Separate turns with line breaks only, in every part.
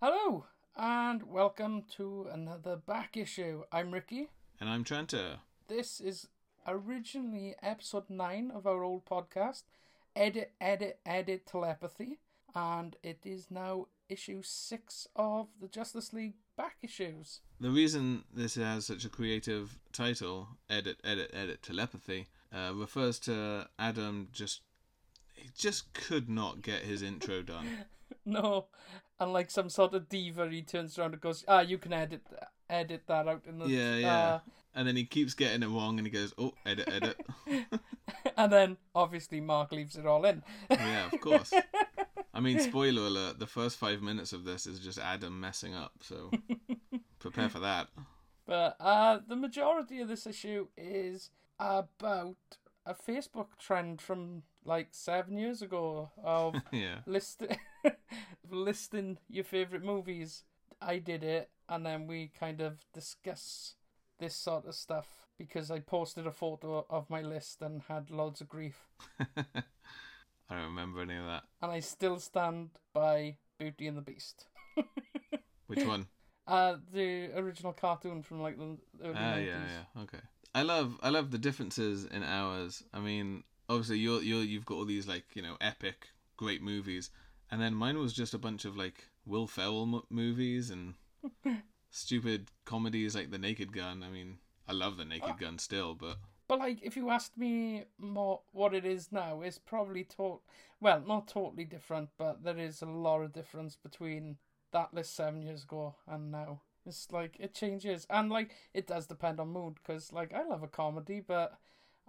Hello, and welcome to another back issue. I'm Ricky.
And I'm Trenta.
This is originally episode 9 of our old podcast, Edit, Edit, Edit Telepathy, and it is now issue 6 of the Justice League back issues.
The reason this has such a creative title, Edit, Edit, Edit Telepathy, uh, refers to Adam just. He just could not get his intro done.
No, and like some sort of diva, he turns around and goes, "Ah, you can edit th- edit that out." In the, ah."
Yeah, yeah. And then he keeps getting it wrong and he goes, oh, edit, edit.
uh," and then obviously Mark leaves it all in.
yeah, of course. I mean, spoiler alert, the first five minutes of this is just Adam messing up, so prepare for that.
But uh, the majority of this issue is about a Facebook trend from like seven years ago of
Yeah.
list listing your favorite movies. I did it, and then we kind of discuss this sort of stuff because I posted a photo of my list and had loads of grief,
I don't remember any of that.
and I still stand by Beauty and the Beast.
Which one?
Uh, the original cartoon from like the early
Ah,
nineties.
yeah, yeah, okay. I love, I love the differences in hours. I mean, obviously, you're, you're, you've got all these like, you know, epic, great movies, and then mine was just a bunch of like Will Ferrell m- movies and stupid comedies like The Naked Gun. I mean, I love The
Ah.
Naked Gun still, but
But like, if you asked me more what it is now, it's probably tot well, not totally different, but there is a lot of difference between that list seven years ago and now. It's like it changes, and like it does depend on mood. Because like I love a comedy, but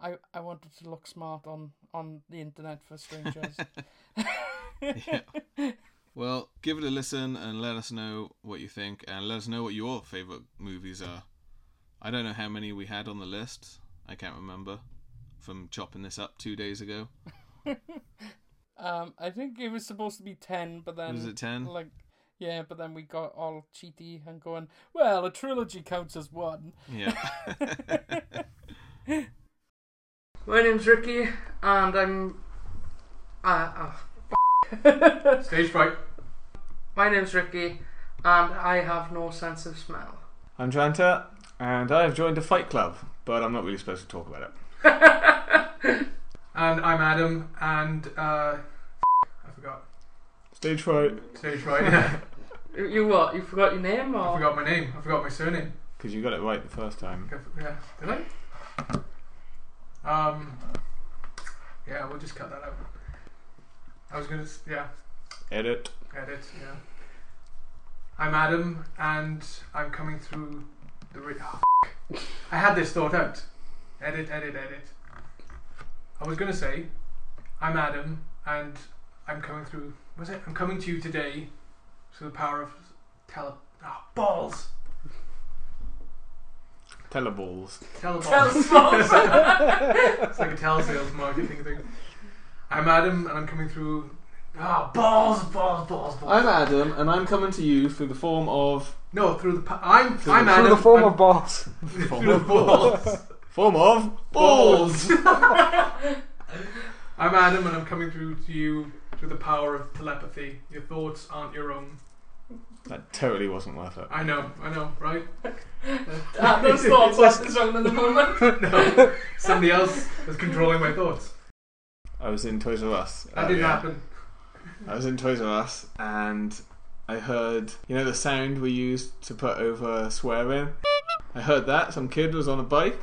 I I wanted to look smart on on the internet for strangers.
yeah. Well, give it a listen and let us know what you think, and let us know what your favorite movies are. I don't know how many we had on the list. I can't remember from chopping this up two days ago.
um, I think it was supposed to be ten, but then
Was it ten?
like. Yeah, but then we got all cheaty and going, well, a trilogy counts as one.
Yeah.
My name's Ricky, and I'm. Uh, oh, f-
Stage fright.
My name's Ricky, and I have no sense of smell.
I'm Tranta, and I have joined a fight club, but I'm not really supposed to talk about it.
And I'm Adam, and uh, I forgot.
Stage fright.
Stage fright. Yeah.
You- You what? You forgot your name,
I
or
forgot my name. I forgot my surname.
Because you got it right the first time.
I f- Yeah, did I? Um, yeah, we'll just cut that out. I was gonna, s- yeah,
Edit.
edit, yeah. I'm Adam, and I'm coming through the. Ra- oh, f- I had this thought out. Edit, edit, edit. I was gonna say, I'm Adam, and I'm coming through. Was it? I'm coming to you today through the power of tele. Oh, balls!
Teleballs.
Teleballs.
Teleballs.
it's like a telesales marketing thing. I'm Adam, and I'm coming through. Ah, balls, balls, balls, balls.
Adam, and I'm coming to you through the form of.
No, through the. Pa- I'm.
Through
I'm
the-
Adam. I'm-
balls.
through the balls.
Form of balls.
I'm Adam, and I'm coming through to you through the power of telepathy. Your thoughts aren't your own.
that totally wasn't worth it.
I know, I know, right?
Ah, Those thoughts aren't his own at the moment.
no, somebody else was controlling my thoughts.
I was in Toys R Us.
That
Uh,
didn't
yeah.
happen.
I was in Toys R Us, and I heard you know the sound we used to put over swearing. I heard that some kid was on a bike,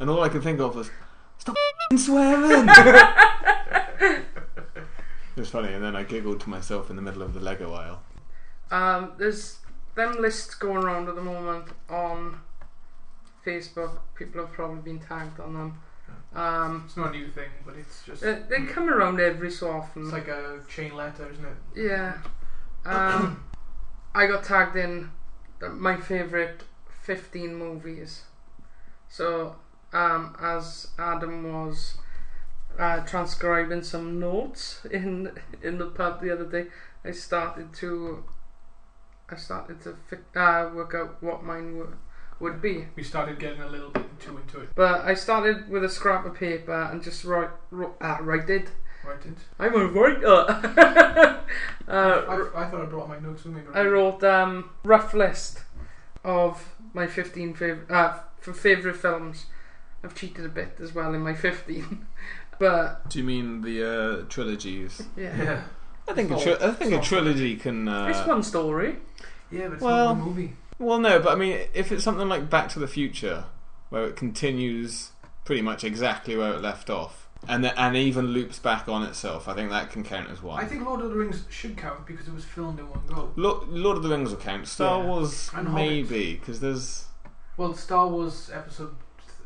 and all I could think of was stop f***ing swearing. it was funny, and then I giggled to myself in the middle of the Lego aisle.
Um, there's them lists going around at the moment on Facebook. People have probably been tagged on them. Um,
It's not a new thing, but it's just. Mm.
they, they come around every so often.
It's like a chain letter, isn't it?
Yeah. Um, I got tagged in th- my favourite 15 movies. So, um, as Adam was uh, transcribing some notes in in the pub the other day, I started to I started to fi- uh, work out what mine were, would be.
We started getting a little bit too into it.
But I started with a scrap of paper and just write, wr- uh, writed
Write it.
I'm a writer.
I,
uh,
I thought I brought my notes with me. But
I wrote um rough list of my 15 favorite uh, for favorite films. I've cheated a bit as well in my 15, but
Do you mean the uh, trilogies?
yeah,
Yeah.
I think a
It's
tri-
not-
I think
it's
a
not-
trilogy can. Uh,
it's one story.
Yeah, but it's
Well-
not one movie.
Well, no, but I mean, if it's something like Back to the Future, where it continues pretty much exactly where it left off, and th- and even loops back on itself, I think that can count as one.
I think Lord of the Rings should count because it was filmed in one go.
Lo- Lord of the Rings will count. Star
Yeah.
Wars
And Hobbit.
maybe because there's
Well, Star Wars Episode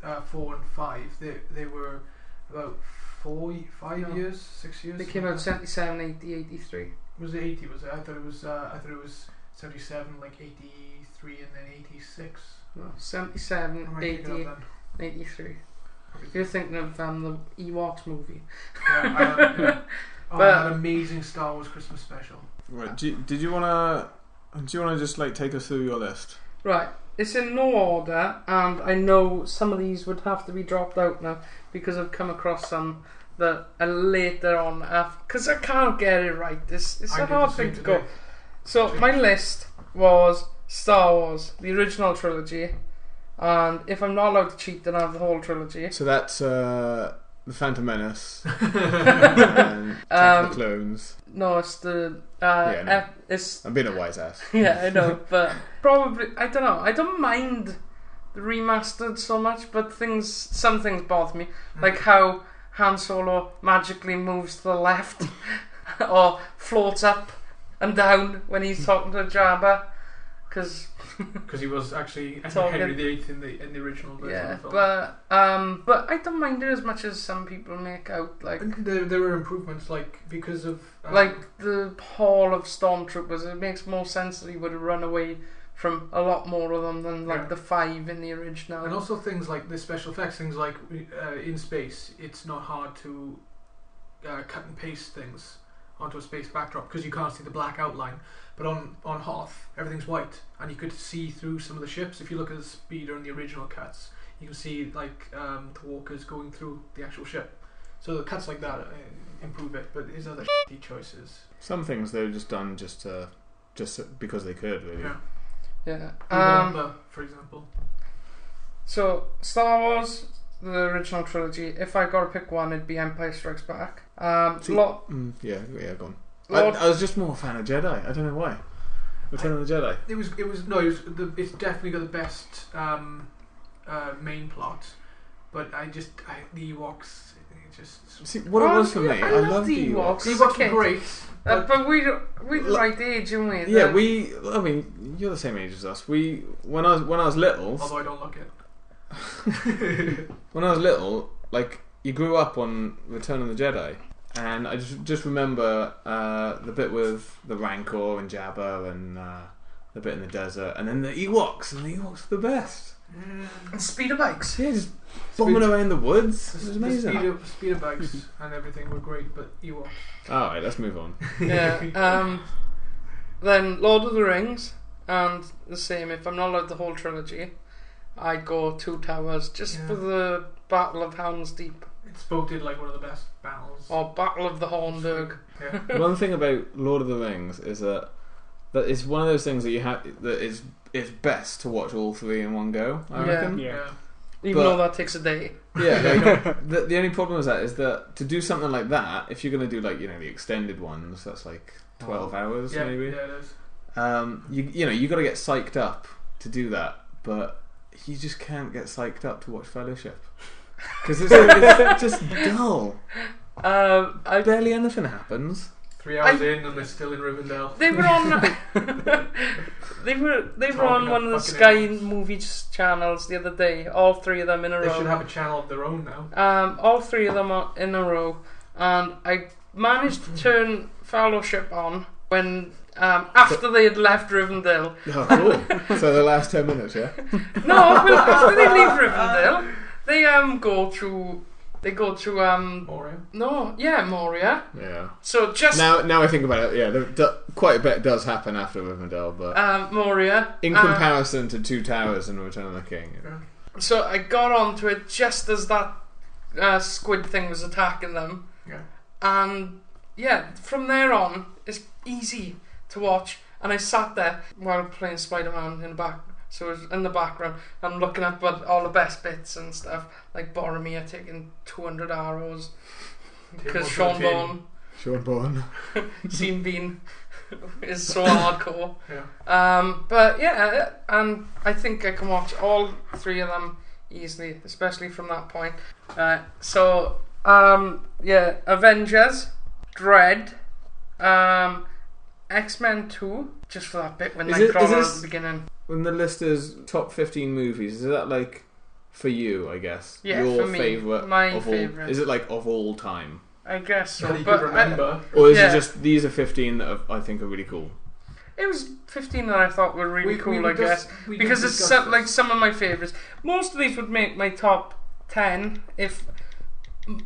uh, four and five, they they were about four, y- five
No.
years, six years.
They came out 77, 80, 83.
Was it eighty? Was it? I thought it was. Uh, I thought it was seventy-seven, like eighty-three, and then eighty-six.
No,
Or
77,
am I thinking
80,
of that?
83. You're thinking of um, the Ewoks movie.
Yeah, I am, yeah. Oh,
But-
that amazing Star Wars Christmas special.
right. Do you, did you wanna do you wanna just like take us through your list?
Right, it's in no order, and I know some of these would have to be dropped out now because I've come across some that are later on because I can't get it right. It's, it's
I
a
did the
hard
same
thing to
today.
go. So, my list was Star Wars, the original trilogy, and if I'm not allowed to cheat, then I have the whole trilogy.
So that's uh, the Phantom Menace and Attack
Um,
of the Clones.
No, it's the. Uh,
Yeah, I know.
ep- it's
I'm being a wise ass.
yeah, I know, but probably I don't know. I don't mind the remastered so much, but things some things bother me,
Mm.
like how Han Solo magically moves to the left or floats up and down when he's talking to Jabba. Because
Because he was actually
Talking.
Henry VIII in the in the original version
yeah,
of the film.
but um, but I don't mind it as much as some people make out. Like
And there, there were improvements, like because of um,
like the hall of stormtroopers, it makes more sense that he would have run away from a lot more of them than like
Yeah.
the five in the original.
And also things like the special effects, things like uh, in space, it's not hard to uh, cut and paste things onto a space backdrop because you can't see the black outline. But on on Hoth, everything's white, and you could see through some of the ships. If you look at the speeder in the original cuts, you can see like um, the walkers going through the actual ship. So the cuts like that uh, improve it. But his other shitty choices.
Some things they're just done just uh, just because they could really.
Yeah.
Yeah.
The
Um,
Wampa, for example.
so Star Wars, the original trilogy. If I got to pick one, it'd be Empire Strikes Back. Um,
See-
Lord,
Mm, yeah, yeah, gone. I,
Lord,
I was just more a fan of Jedi. I don't know why. Return of the Jedi.
It was. It was no. It was the, it's definitely got the best um, uh, main plot, but I just I, the Ewoks. It just
See, what it
Oh,
was for
yeah,
me,
I
I,
loved
loved the
the
Ewoks.
the
As a
Ewoks
kid.
were great.
uh,
But
but we we the
Lo-
right age, aren't we?
Yeah,
The-
we. I mean, you're the same age as us. We when I was when I was little,
although I don't like it.
when I was little, like you grew up on Return of the Jedi, and I just just remember uh, the bit with the Rancor and Jabba and uh, the bit in the desert, and then the Ewoks, and the Ewoks were the best.
and speeder bikes.
Yeah, just bombing
Speed-
away in the woods. It was
the, the
amazing.
speeder, speeder bikes and everything were great, but Ewoks.
All right, let's move on.
yeah. Um, then Lord of the Rings, and the same. If I'm not allowed the whole trilogy, I'd go Two Towers just
Yeah.
for the Battle of Hounds Deep
It's voted like one of the best battles.
or Battle of the Hornburg.
Yeah.
one thing about Lord of the Rings is that that it's one of those things that you have that is it's best to watch all three in one go. I
Yeah.
reckon.
Yeah.
Even
But-
though that takes a day.
Yeah, like, the, the only problem with that is that to do something like that, if you're going to do like you know the extended ones, that's like twelve hours
Yeah,
maybe.
yeah, it is.
Um, you you know you got to get psyched up to do that, but you just can't get psyched up to watch Fellowship because it's, it's just dull.
Um, I
Barely anything happens.
Three hours in and they're still in Rivendell.
They were on. they were they were on
Talking
one of the
of fucking
Sky
animals.
movie channels the other day. All three of them in a
They
row.
should have a channel of their own now.
um, all three of them are in a row, and I managed to turn Fellowship on when um, after they had left Rivendell.
Oh, cool. so the last ten minutes, yeah.
No, well, after they leave Rivendell, they um go through. They go through um
Moria.
no yeah Moria.
Yeah.
So just
Now, now I think about it. Yeah, the, the, quite a bit does happen after Rivendell, but
um, Moria
in
um,
comparison to Two Towers and Return of the King,
So uh, I got onto it just as that uh, squid thing was attacking them.
Yeah.
And yeah, from there on, it's easy to watch. And I sat there while playing Spider Man in the back, so it was in the background. I'm looking up at all the best bits and stuff, like Boromir taking 200 arrows because
Take
Sean
one for the team.
Bourne,
Sean Bourne.
Sean Bean, is so hardcore.
Yeah.
Um, but yeah, and I think I can watch all three of them easily, especially from that point. Uh, so um, yeah, Avengers, Dread, um, X Men Two, just for that bit when
Is
they
it-
Nightcrawler
is
at
this-
the beginning.
When the list is top 15 movies, is that like for you, I guess?
Yeah,
Your
for me.
favorite
My
of all,
favourite.
Is it like of all time?
I guess so,
That you
but uh,
could
I-
remember.
Or is
Yeah.
it just these are 15 that are, I think are really cool?
it was fifteen that I thought were really cool. I guess.
dis- we
because
did
it's
discuss
so, like some of my favorites. Most of these would make my top ten if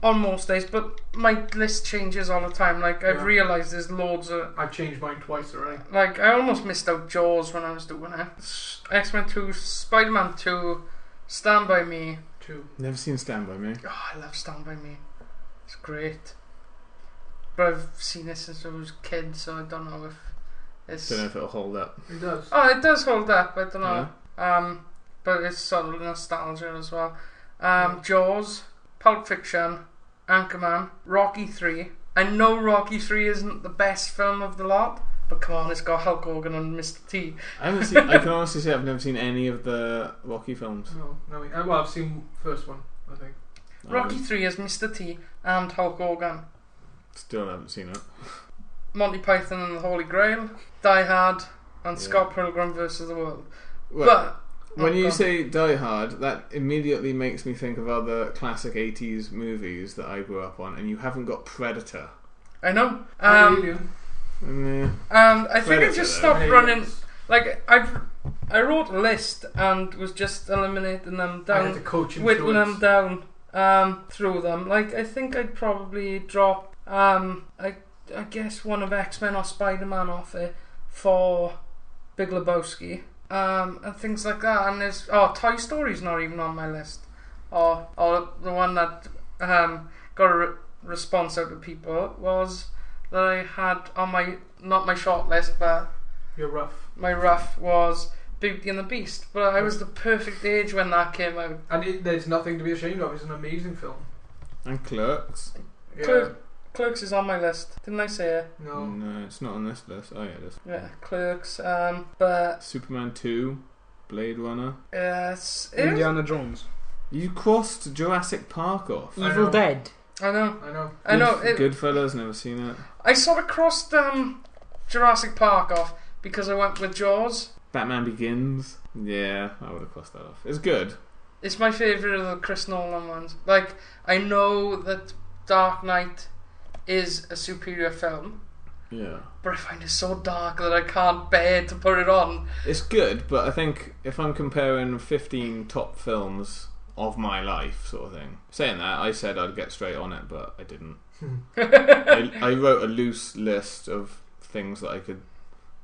on most days, but my list changes all the time. Like I've
Yeah.
realized there's loads of
this. I've changed mine twice already.
like I almost missed out Jaws when I was doing it. X Men Two, Spider Man Two, Stand by Me.
Two.
Never seen Stand By Me.
Oh, I love Stand by Me. It's great. But I've seen it since I was a kid, so I don't know if it's.
Don't know if it'll hold up.
It does.
Oh, it does hold up. I don't know. Um, but it's sort of nostalgia as well. Um, Jaws, Pulp Fiction, Anchorman, Rocky 3. I know Rocky 3 isn't the best film of the lot, but come on, it's got Hulk Hogan and Mr. T.
I haven't seen. I can honestly say I've never seen any of the Rocky films.
No, no. we- uh, Well, I've seen first one. I think.
Rocky
Um,
3 is Mr. T and Hulk Hogan.
still haven't seen it.
Monty Python and the Holy Grail, Die Hard, and
Yeah.
Scott Pilgrim versus the World.
Well,
but
when
oh,
you
God.
say Die Hard, that immediately makes me think of other classic '80s movies that I grew up on, and you haven't got Predator.
I know.
How
Um,
do you do?
Mm,
and I think I
Predator,
just
though.
stopped
Hey,
running.
yes.
Like I've, I wrote a list and was just eliminating them
I had the
down,
coach
whittling them
influence.
down um, through them. Like I think I'd probably drop, um, I, I guess one of X Men or Spider Man off it for Big Lebowski um, and things like that. And there's oh Toy Story's not even on my list, or or the one that um, got a re- response out of people was that I had on my not my short list but
You're rough.
my rough was Beauty and the Beast, but I was the perfect age when that came out.
And it, there's nothing to be ashamed of. It's an amazing film.
and Clerks.
Yeah.
Clerk- Clerks is on my list, didn't I say it?
No.
No, it's not on this list. Oh yeah, it is.
Yeah, Clerks. Um, but
Superman 2, Blade Runner.
uh, it's, it was-
Indiana Jones.
You crossed Jurassic Park off.
I
Evil
know.
Dead.
I know,
I know.
Mm, I know.
Mm, Good,
It,
Goodfellas, never seen it.
I sort of crossed um, Jurassic Park off because I went with Jaws.
Batman Begins. Yeah, I would have crossed that off. It's good.
It's my favorite of the Chris Nolan ones. Like I know that Dark Knight is a superior film,
Yeah.
but I find it so dark that I can't bear to put it on.
It's good, but I think if I'm comparing 15 top films of my life, sort of thing. Saying that, I said I'd get straight on it, but I didn't. I, I wrote a loose list of things that I could.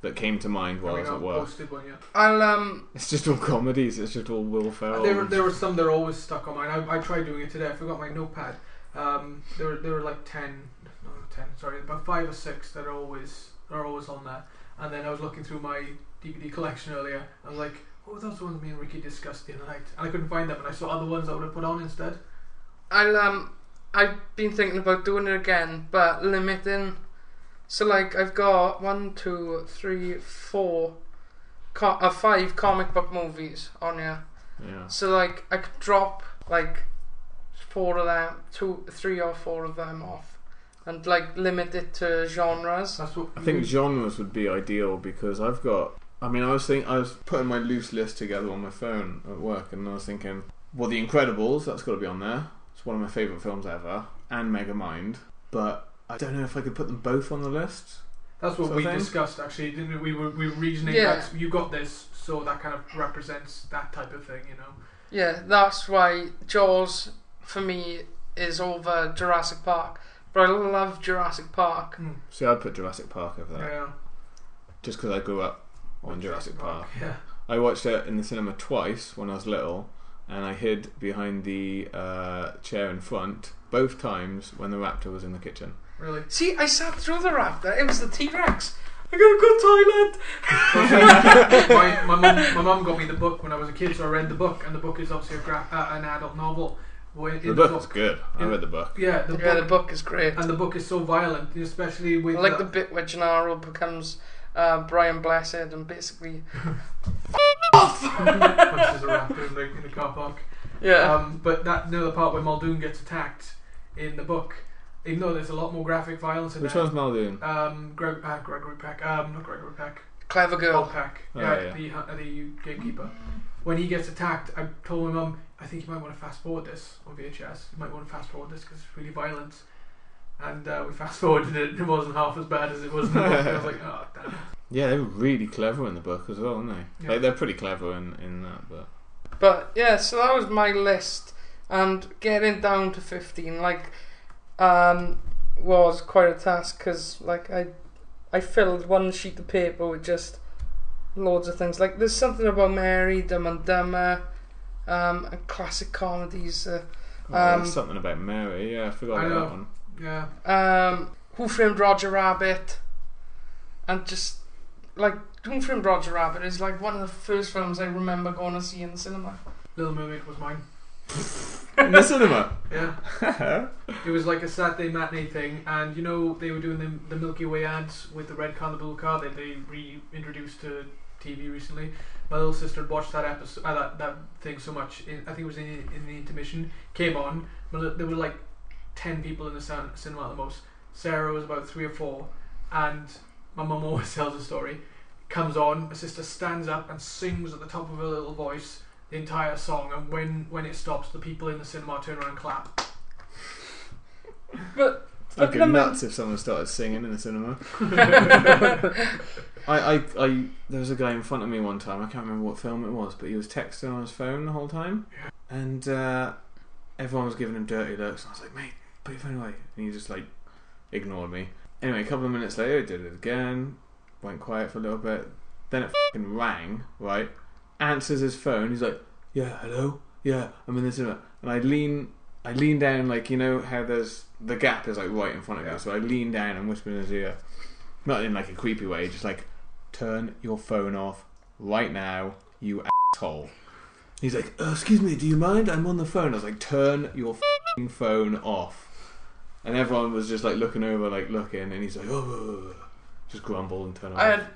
that came to mind while I
Have
was
we
at
not
work.
posted one yet?
I'll um
It's just all comedies, it's just all Will Ferrell.
There, were, there were some that are always stuck on mine. I, I tried doing it today. I forgot my notepad. Um, there were there were like ten, no, not ten, sorry, about five or six that are always are always on there. And then I was looking through my DVD collection earlier. I was like, oh, those ones me and Ricky discussed the other night, and I couldn't find them. And I saw other ones I would have put on instead.
I'll um I've been thinking about doing it again, but limiting. So like I've got one, two, three, four, co- uh, five comic book movies on here.
yeah.
So like I could drop like four of them, two, three or four of them off, and like limit it to genres.
That's what
I think genres would be ideal because I've got. I mean, I was think I was putting my loose list together on my phone at work, and I was thinking, well, The Incredibles, that's got to be on there. It's one of my favourite films ever, and Megamind. But I don't know if I could put them both on the list.
That's what
sort of
we
thing.
discussed actually, didn't we? We were, we were reasoning
Yeah.
that you got this, so that kind of represents that type of thing, you know.
Yeah, that's why Jaws for me is over Jurassic Park. But I love Jurassic Park.
See, I'd put Jurassic Park over there,
Yeah.
just because I grew up on Jurassic Park.
Yeah.
I watched it in the cinema twice when I was little, and I hid behind the uh, chair in front both times when the raptor was in the kitchen.
really.
See, I sat through the raptor. It was the T Rex. I gotta go to Thailand.
my my mum my mum got me the book when I was a kid, so I read the book, and the book is obviously a gra- uh, an adult novel. Where in
The book is good. I read the book.
Yeah, the
yeah, the
book,
book is great.
and the book is so violent, especially with
I like the bit where Gennaro becomes uh, Brian Blessed and basically.
punches a raptor in the, in the car park.
Yeah.
Um, but that no, the part where Muldoon gets attacked in the book, even though there's a lot more graphic violence in
Which
there.
one's Muldoon?
Um, Greg, uh, Gregory Peck. Um, not Gregory Peck.
Clever girl.
Bob Peck.
Oh,
yeah,
yeah.
The, uh, the gamekeeper. When he gets attacked, I told my mum, I think you might want to fast forward this on VHS. You might want to fast forward this because it's really violent. And uh, we fast forwarded it, and it wasn't half as bad as it was in the book. And I was like, oh, damn.
Yeah, they were really clever in the book as well, weren't they?
Yeah.
Like they're pretty clever in, in that, but
But yeah, so that was my list. And getting down to 15, like, um, was quite a task because, like, I, I filled one sheet of paper with just loads of things. Like, there's something about Mary, Dumb and Dumber, um, and classic comedies. Uh,
oh, there's
Um,
something about Mary. Yeah, I forgot
I
about
know.
that one.
Yeah.
um, Who Framed Roger Rabbit, and just like Who Framed Roger Rabbit is like one of the first films I remember going to see in the cinema.
Little Mermaid was mine.
In the cinema.
Yeah. It was like a Saturday matinee thing, and you know they were doing the, the Milky Way ads with the red car and the blue car that they reintroduced to TV recently. My little sister had watched that episode, uh, that, that thing so much. In, I think it was in, in the intermission. Came on. my li- There were like ten people in the cin- cinema at the most. Sarah was about three or four, and my mum always tells a story. Comes on, my sister stands up and sings at the top of her little voice the entire song, and when when it stops, the people in the cinema turn around and clap.
But Look
I'd go
at them
nuts if someone started singing in the cinema. I, I, I, there was a guy in front of me one time. I can't remember what film it was, but he was texting on his phone the whole time, and uh, everyone was giving him dirty looks. And I was like, "Mate, put your phone away," and he just like ignored me. Anyway, a couple of minutes later, he did it again. Went quiet for a little bit. Then it fucking rang. Right, answers his phone. He's like, "Yeah, hello. Yeah, I'm in the cinema." And I lean, I lean down, like you know how there's the gap is like right in front of
Yeah.
you. So I lean down and whisper in his ear, not in like a creepy way, just like turn your phone off right now, you asshole. He's like, "Uh, excuse me, do you mind? I'm on the phone. I was like, turn your fing phone off. And everyone was just like looking over, like looking, and he's like, oh, just grumble and turn it
I
off.
had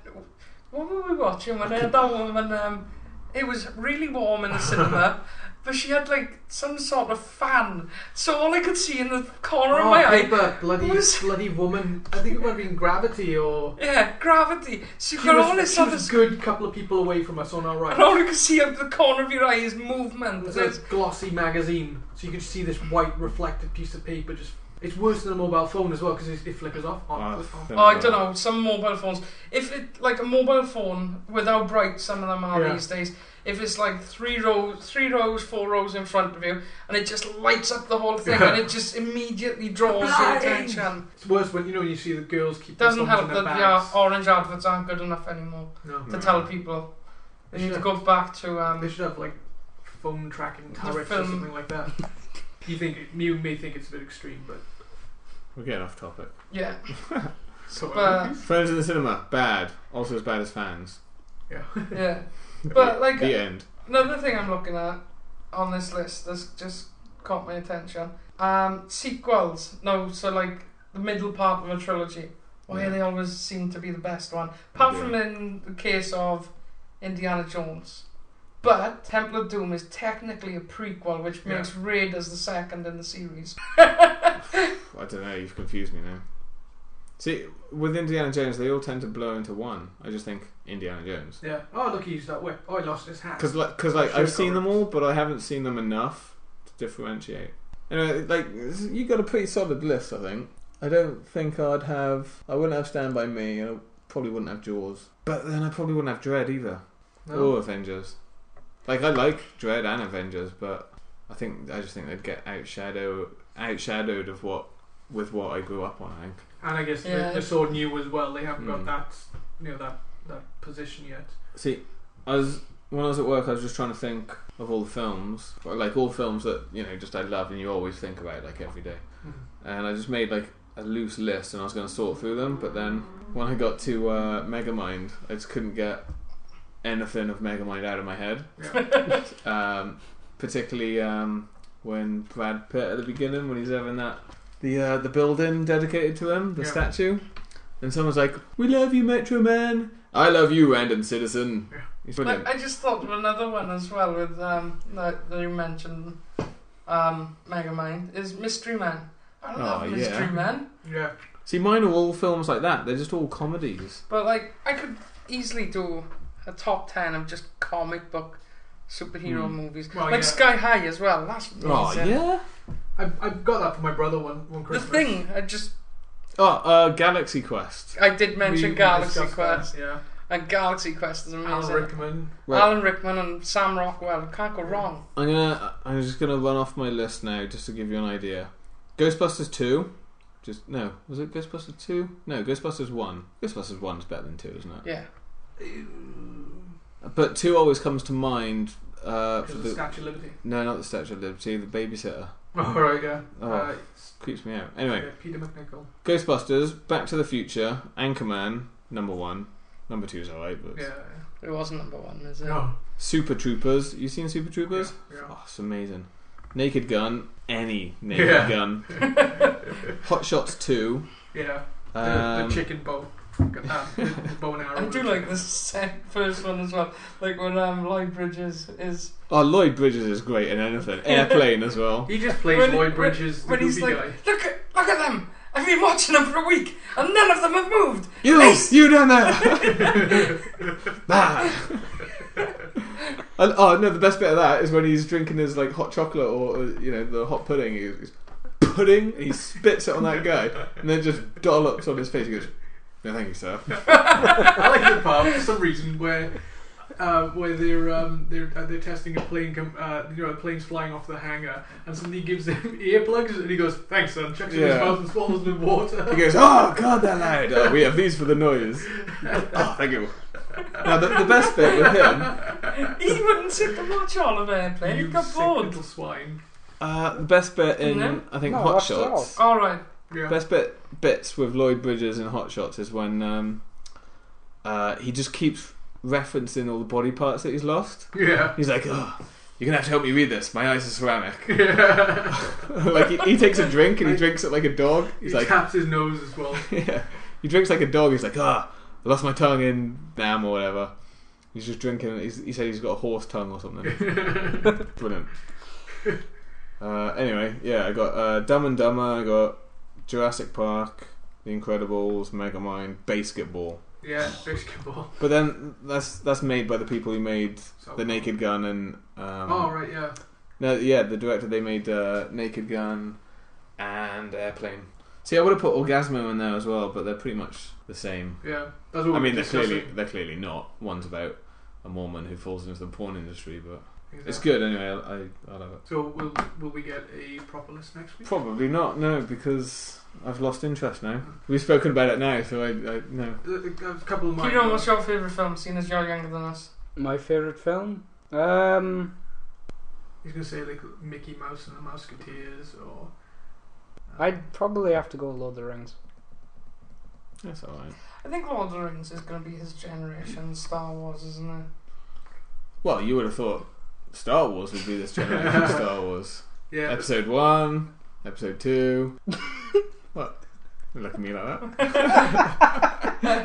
what were we watching when I had that woman? Um, it was really warm in the cinema, but she had like some sort of fan, so all I could see in the corner of
Oh,
my eye.
paper, bloody,
What is-
bloody woman. I think it might have been Gravity or.
Yeah, gravity. So you
She
got all
was,
this
she
other
was a good couple of people away from us on our
And
right.
all you can see out the corner of your eye is movement.
It's a glossy magazine, so you could see this white reflective piece of paper. Just it's worse than a mobile phone as well because it, it flickers off. On,
Oh,
off.
Oh, I don't know. Some mobile phones, if it like a mobile phone without bright, some of them are
Yeah.
these days. If it's like three rows, three rows, four rows in front of you, and it just lights up the whole thing,
Yeah.
and it just immediately draws your
Blind!
attention.
It's worse when you know when you see the girls keep their
Doesn't
phones
help
in their
that
bags.
the uh, orange adverts aren't good enough anymore
No.
to tell people. They
They
need to
should,
go back to
have, they
um,
should have like phone tracking
The
turrets or
film.
something like that. you think you may think it's a bit extreme, but
We're getting off topic.
yeah.
so
But
Friends in the cinema, bad. Also as bad as fans.
yeah, but like
the end.
Another thing I'm looking at on this list that's just caught my attention. Um, sequels. No, so like the middle part of a trilogy. Why
Yeah.
they always seem to be the best one. Apart
Yeah.
from in the case of Indiana Jones. But Temple of Doom is technically a prequel, which
Yeah.
makes Raiders the second in the series.
I don't know. You've confused me now. See, with Indiana Jones, they all tend to blow into one. I just think Indiana Jones.
yeah. Oh look, he used that whip. Oh, he lost his hat.
Because like, cause, like I've seen them all, but I haven't seen them enough to differentiate. Anyway, like you got a pretty solid list, I think. I don't think I'd have. I wouldn't have Stand by Me, and I probably wouldn't have Jaws. But then I probably wouldn't have Dread either,
No.
or Oh, Avengers. Like I like Dread and Avengers, but I think I just think they'd get outshadowed, outshadowed of what with what I grew up on. I think.
And I guess
Yeah.
they, they so new as well. They haven't got
Mm.
that you know that that position yet.
See, I was when I was at work, I was just trying to think of all the films, Hmm. or like all films that you know, just I love, and you always think about like every day. And I just made like a loose list and I was going to sort through them, but then when I got to uh, Megamind, I just couldn't get anything of Megamind out of my head. um, particularly um, when Brad Pitt at the beginning, when he's having that the uh, the building dedicated to him, the
Yeah.
statue, and someone's like, "We love you, Metro Man." I love you, random citizen.
Yeah.
He's
I,
brilliant.
I just thought of another one as well with um that, that you mentioned um Megamind is Mystery Man. I
Oh,
love Mystery
yeah.
Man.
Yeah.
See, mine are all films like that. They're just all comedies.
But like I could easily do a top ten of just comic book superhero
Hmm.
movies.
Well,
like
Oh, yeah.
Sky High as well. That's
Oh
amazing.
yeah.
I, I got that for my brother one, one
The
Christmas.
thing, I just
Oh, uh, Galaxy Quest.
I did
We-
mention
we
Galaxy
discussed that,
Quest. Mm,
Yeah.
And Galaxy Quest is
Alan
amazing.
Rickman.
Right.
Alan Rickman and Sam Rockwell. Can't go wrong.
I'm gonna. I'm just gonna run off my list now, just to give you an idea. Ghostbusters two. Just no. Was it Ghostbusters two? No, Ghostbusters one. Ghostbusters one's better than two, isn't it?
Yeah.
But two always comes to mind. Uh, for
Because of the
the,
Statue of Liberty.
no, not the Statue of Liberty. The babysitter
Oh, right, yeah.
Oh.
Uh,
creeps me out. Anyway,
yeah, Peter McNichol.
Ghostbusters, Back to the Future, Anchorman, number one. Number two is alright, but
Yeah.
It was number one, is it?
No.
Super Troopers. You seen Super
Yeah.
Troopers?
yeah.
Oh, it's amazing. Naked Gun, any Naked
Yeah.
Gun. Hot Shots 2.
Yeah. The,
Um,
the chicken bow. Uh, the, the bow and arrow.
I do like the sec- first one as well. Like when um, Lloyd Bridges is
oh, Lloyd Bridges is great in anything. Airplane as well.
He just plays
When he-
Lloyd Bridges, the
when he's
goofy
like,
guy.
look at look at them. I've been watching them for a week, and none of them have moved.
You! You down there! bah! And, oh, no, the best bit of that is when he's drinking his, like, hot chocolate or, uh, you know, the hot pudding. He- He's pudding, and he spits it on that guy, and then just dollops on his face. He goes, no, thank you, sir.
I like the part for some reason where uh, where they're um, they're uh, they're testing a plane, com- uh, you know, a plane's flying off the hangar, and somebody gives him earplugs, and he goes, "Thanks, son." Chucks in his
Yeah.
mouth and swallows them in water.
He goes, oh god, they're loud. Oh, we have these for the noise. Oh, thank you. Now the, the best bit with him,
He wouldn't sit and watch all of Airplane.
You
he got
sick
bored.
little swine.
uh, the best bit in
No.
I think
No,
Hot
watch it
Shots.
All right.
Yeah.
Best bit bits with Lloyd Bridges in Hot Shots is when um, uh, he just keeps referencing all the body parts that he's lost.
yeah.
He's like, oh, you're gonna have to help me read this. My eyes are ceramic.
Yeah.
like he, he takes a drink and he drinks it like a dog.
He
He's like,
taps his nose as well.
yeah. He drinks like a dog. He's like, ah, I lost my tongue in Nam or whatever. He's just drinking. He's, he said he's got a horse tongue or something. Brilliant. Uh, anyway, yeah, I got uh, Dumb and Dumber. I got Jurassic Park, The Incredibles, Megamind, Basketball.
yeah, basketball.
But then that's that's made by the people who made
So,
The Naked Gun and um,
Oh right, yeah.
no, yeah, the director they made uh, Naked Gun and Airplane. See, I would have put Orgasmo in there as well, but they're pretty much the same.
Yeah. That's what
I
we we're
mean, they're
discussing.
clearly they're clearly not. One's about a Mormon who falls into the porn industry, but
Exactly.
it's good anyway. I, I, I love it.
So will will we get a proper list next week?
Probably not, no, because I've lost interest now. We've spoken about it now, so I, I no.
A- a a couple of mine.
Kieran, what's your favourite film? Seeing as you're younger than us.
My favourite film? Um,
He's gonna say like Mickey Mouse and the Musketeers or. uh,
I'd probably have to go Lord of the Rings.
That's alright.
I think Lord of the Rings is going to be his generation. Star Wars, isn't it?
Well, you would have thought Star Wars would be this generation of Star Wars.
Yeah.
Episode 1, Episode 2. what? You Look at me like that.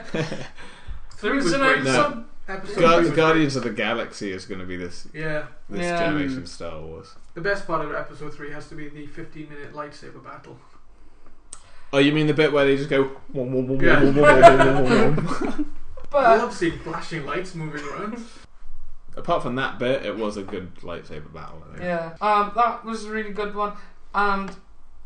There
was
is an
great.
episode.
Episode three
Guard-
was
Guardians of the Galaxy is going to be this
great. Yeah.
this
Yeah.
generation of Star Wars.
The best part of episode three has to be the 15 minute lightsaber battle.
Oh, you mean the bit where they just go. "Wom, wom, wom,
Yeah.
wom, wom, wom, wom, wom."
I
But
love seeing flashing lights moving around.
Apart from that bit, it was a good lightsaber battle. I think.
yeah, um, that was a really good one, and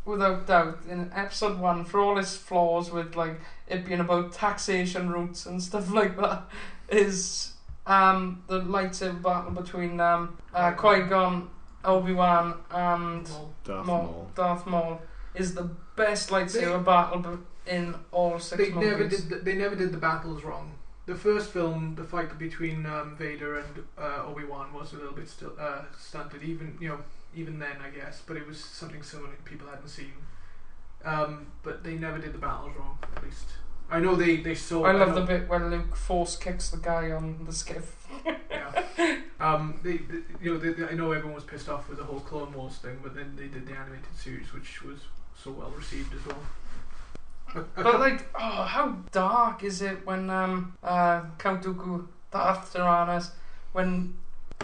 without doubt, in episode one, for all its flaws with like it being about taxation routes and stuff like that, is um the lightsaber battle between um uh, Qui Gon, Obi Wan, and
Darth
Maul-
Maul.
Darth Maul is the best lightsaber battle be- in all six
They
movies.
never did. The, they never did the battles wrong. The first film, the fight between um, Vader and uh, Obi Wan was a little bit still uh, stunted, even you know, even then I guess. But it was something similar people hadn't seen. Um, but they never did the battles wrong, at least. I know they, they saw.
I love
know-
the bit where Luke force kicks the guy on the skiff.
Yeah. Um, they, they, you know, they, they- I know everyone was pissed off with the whole Clone Wars thing, but then they did the animated series, which was so well received as well. A- a
But like, oh, how dark is it when um uh Count Dooku, Darth Tyrannus, when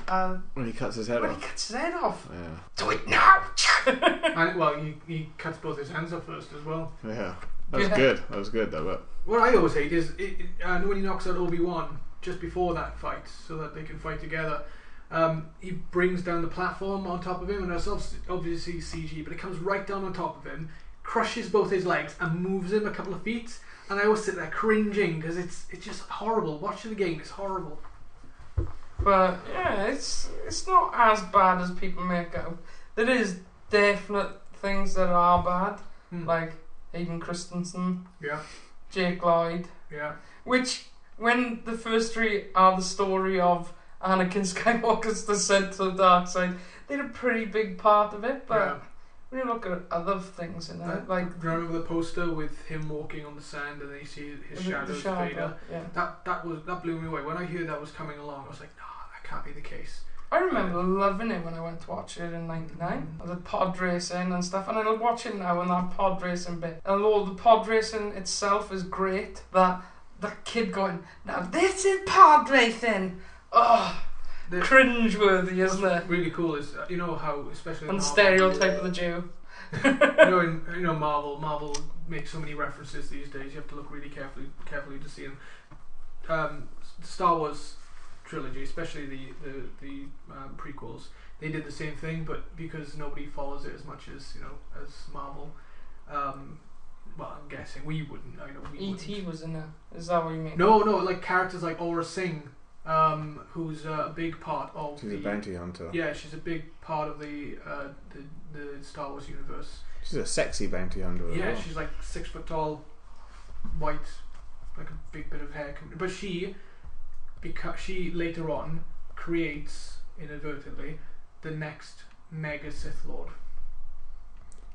uh
When he cuts his head
when he
off.
cuts his head off?
Yeah.
Do it now!
And well, he, he cuts both his hands off first as well.
Yeah. That was
Yeah.
good. That was good, though. But
What I always hate is it, it, uh, when he knocks out Obi Wan just before that fight, so that they can fight together. Um, he brings down the platform on top of him, and that's obs- obviously CG, but it comes right down on top of him, crushes both his legs, and moves him a couple of feet. And I always sit there cringing because it's it's just horrible. Watching the game is horrible.
But yeah, it's it's not as bad as people make out. There is definite things that are bad,
Hmm.
like Hayden Christensen,
Yeah,
Jake Lloyd,
yeah.
which when the first three are the story of Anakin Skywalker's descent to the dark side, they're a pretty big part of it. But
Yeah.
when you look at other things in it, like
Do you remember the poster with him walking on the sand, and then you see his
the-
shadow
the
Vader.
shadow, yeah.
That that was that blew me away. When I heard that was coming along, I was like, no, that can't be the case.
I remember loving it when I went to watch it in '99. The pod racing and stuff, and I'll watch it now and that pod racing bit. And all the pod racing itself is great. That that kid going, now this is pod racing. Oh,
The-
cringeworthy, isn't it?
really cool is uh, you know how especially in
And the
Marvel-
stereotype of the Jew.
You know, in, you know Marvel. Marvel makes so many references these days. You have to look really carefully, carefully to see them. Um, S- Star Wars trilogy, especially the the the um, prequels, they did the same thing, but because nobody follows it as much as you know as Marvel. Um, well, I'm guessing we wouldn't. I know we
E
wouldn't.
E.T. was in it. Is that what you mean?
No, no, like characters like Aura Singh, um, who's uh, a big part of
she's
the
a bounty hunter.
yeah, she's a big part of the uh, the, the Star Wars universe.
She's a sexy bounty hunter. as
Yeah,
well.
she's like six foot tall, white, like a big bit of hair. com- But she, because she later on creates inadvertently the next mega Sith Lord.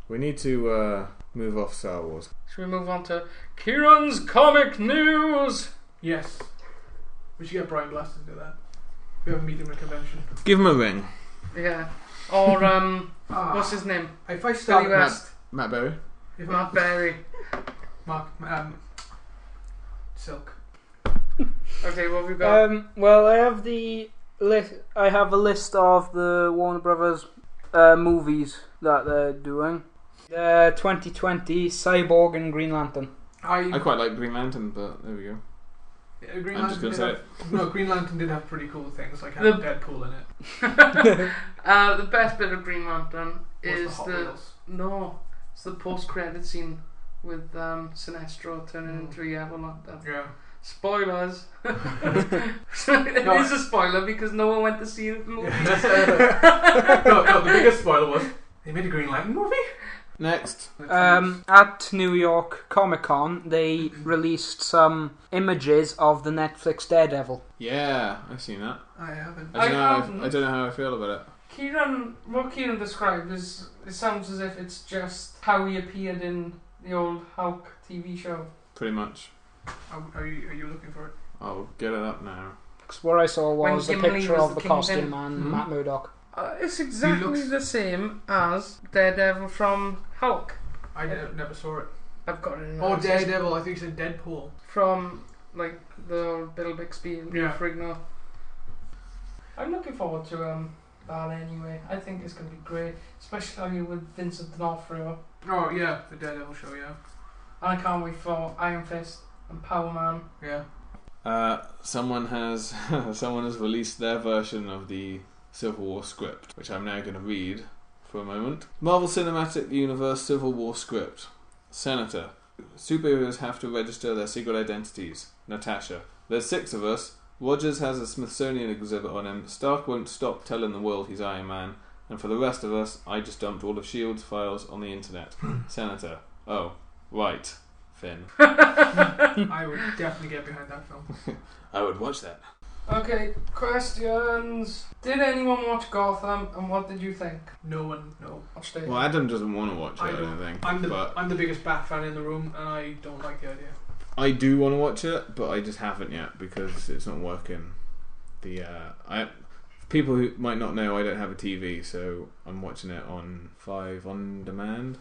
We need to uh, move off Star Wars.
Should we move on to Kieran's comic news?
Yes, we should get Brian Blast to do that. We have a meeting at a convention.
Give him a ring.
Yeah. Or um,
Ah,
what's his name?
if I
Billy
start
West.
Matt Berry.
if I,
Matt Berry.
Mark um, Silk.
Okay, what have we got?
Um, well, I have the list. I have a list of the Warner Brothers uh, movies that they're doing. Uh, 2020 Cyborg and Green Lantern.
I quite like Green Lantern, but there we go.
Yeah, Green
I'm just
Lantern
gonna say
did have, no, Green Lantern did have pretty cool things like
The-
having Deadpool in it.
uh, the best bit of Green Lantern
Was the
is
Hot
the
Wheels.
no, it's the post-credit scene with um, Sinestro turning
Mm.
into a yellow lantern.
Yeah.
Spoilers. it
No,
is a spoiler because no one went to see the movie.
no, no, the biggest spoiler was they made a Green Lantern movie.
Next.
Um, at New York Comic Con, they released some images of the Netflix Daredevil.
Yeah, I've seen that.
I haven't.
I
I
don't, know, how
haven't.
I, I don't know how I feel about it.
Kieran, what Kieran described is it sounds as if it's just how he appeared in the old Hulk TV show.
Pretty much.
Are, are you, are you looking for it?
I'll get it up now.
'Cause what I saw
When
was a
Gimli
picture
was
of
the
the
kingpin.
costume and
Mhm.
Matt Murdock.
Uh, it's exactly
looks-
the same as Daredevil from Hulk.
I ne- never saw it.
I've got it. In my
Oh,
notes.
Daredevil. I think you said Deadpool.
From like the Bill Bixby and
Yeah.
Frigno.
I'm looking forward to um that anyway. I think it's gonna be great, especially with Vincent D'Onofrio.
Oh yeah, the Daredevil show. Yeah,
And I can't wait for Iron Fist and Power Man.
yeah.
Uh, someone has someone has released their version of the Civil War script, which I'm now going to read for a moment. Marvel Cinematic Universe Civil War script. Senator. Superheroes have to register their secret identities. Natasha. There's six of us. Rogers has a Smithsonian exhibit on him. Stark won't stop telling the world he's Iron Man. And for the rest of us, I E just dumped all of S.H.I.E.L.D.'s files on the internet. Senator. Oh, right. Finn.
I would definitely get behind that film.
I would watch that.
Okay, questions. Did anyone watch Gotham and what did you think?
No one, no.
Watched it.
Well, Adam doesn't want to watch it.
I
I don't,
don't-
think.
I'm the
but
I'm the biggest Bat fan in the room, and I don't like the idea.
I do want to watch it, but I just haven't yet because it's not working. The uh, I people who might not know, I don't have a TV, so I'm watching it on Five on demand,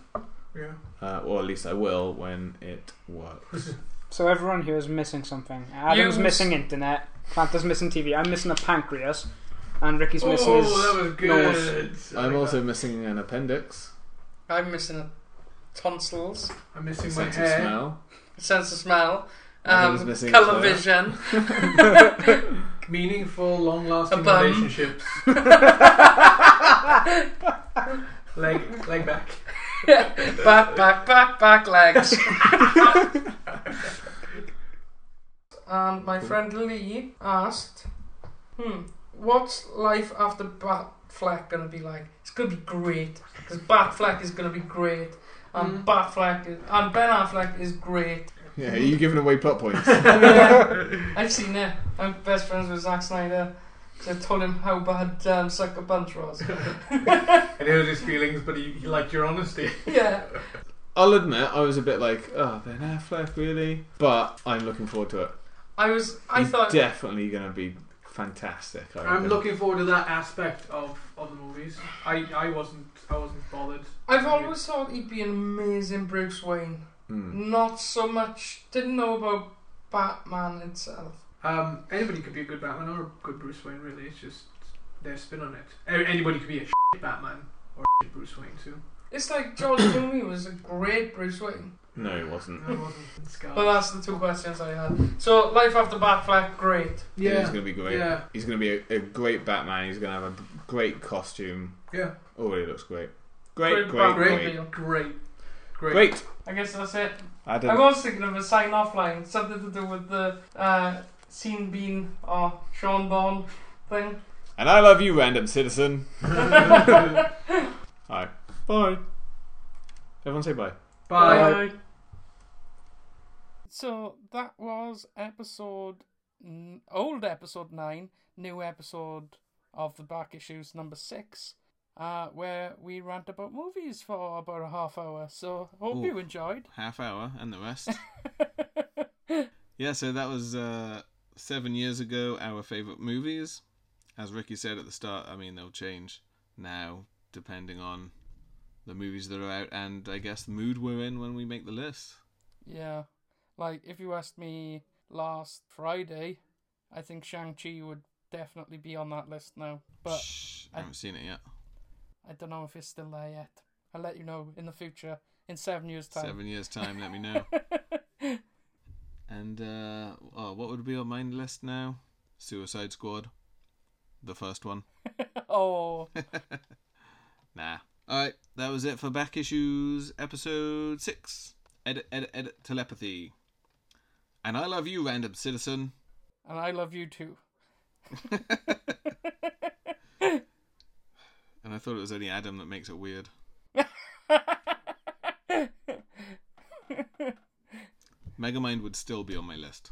Yeah.
uh, or at least I will when it works.
So everyone here is missing something. Adam's
You-
missing internet. Planta's missing TV. I'm missing a pancreas, and Ricky's missing
oh,
his.
that was good.
nose.
I
I'm
like
also
that.
missing an appendix.
I'm missing a tonsils,
I'm missing my
Sense of
hair.
smell.
sense of smell,
Adam's
um,
missing his
colour vision.
Meaningful,
A
long-lasting
bum.
relationships. leg, leg back.
back, back, back, back legs. and my friend Lee asked, hmm, what's life after Batfleck going to be like? It's going to be great, because Batfleck is going to be great. And
Mm.
Batfleck is, and Ben Affleck is great.
Yeah, are you giving away plot points?
I've seen it. I'm best friends with Zack Snyder. 'cause I told him how bad um, Sucker Punch was.
It hurt his feelings, but he, he liked your honesty.
yeah.
I'll admit, I was a bit like, oh, Ben Affleck, really? But I'm looking forward to it.
I was. I
He's
thought.
definitely going to be fantastic. I
I'm
reckon.
looking forward to that aspect of, of the movies. I, I wasn't I wasn't bothered.
I've always thought he'd be an amazing Bruce Wayne.
Hmm.
Not so much. Didn't know about Batman itself.
um, anybody could be a good Batman or a good Bruce Wayne. Really, it's just their spin on it. A- Anybody could be a shit Batman or a shit Bruce Wayne too.
It's like George Clooney was a great Bruce Wayne.
No, it wasn't.
I wasn't scarred.
But that's the two questions I had. So life after Batfleck, great.
Yeah. He's
yeah,
going to be great.
yeah,
He's going to be a, a great Batman. He's going to have a great costume.
yeah.
Already looks great. Great,
Batman
great, great.
reveal.
Great, great.
Great!
I guess that's it. I
Adam.
was thinking of a sign off line, something to do with the uh, scene bean or Sean Bond thing.
And I love you, random citizen. Alright. Bye. Everyone say bye.
Bye.
So that was episode, n- old episode 9, new episode of the Back Issues number 6, uh, where we rant about movies for about a half hour. So hope
Ooh.
you enjoyed.
Half hour and the rest. Yeah, so that was uh, seven years ago. Our favorite movies, as Ricky said at the start. I mean, they'll change now depending on the movies that are out and I guess the mood we're in when we make the list.
yeah. Like, if you asked me last Friday, I think Shang-Chi would definitely be on that list now. But
Shh, I
I-
haven't seen it yet.
I don't know if it's still there yet. I'll let you know in the future, in seven years' time.
Seven years time, let me know. and uh, oh, what would be on my list now? Suicide Squad, the first one.
oh,
Nah. All right, that was it for back issues episode six. Edit, edit, edit telepathy. And I love you, random citizen.
and I love you too.
And I thought it was only Adam that makes it weird. Megamind would still be on my list.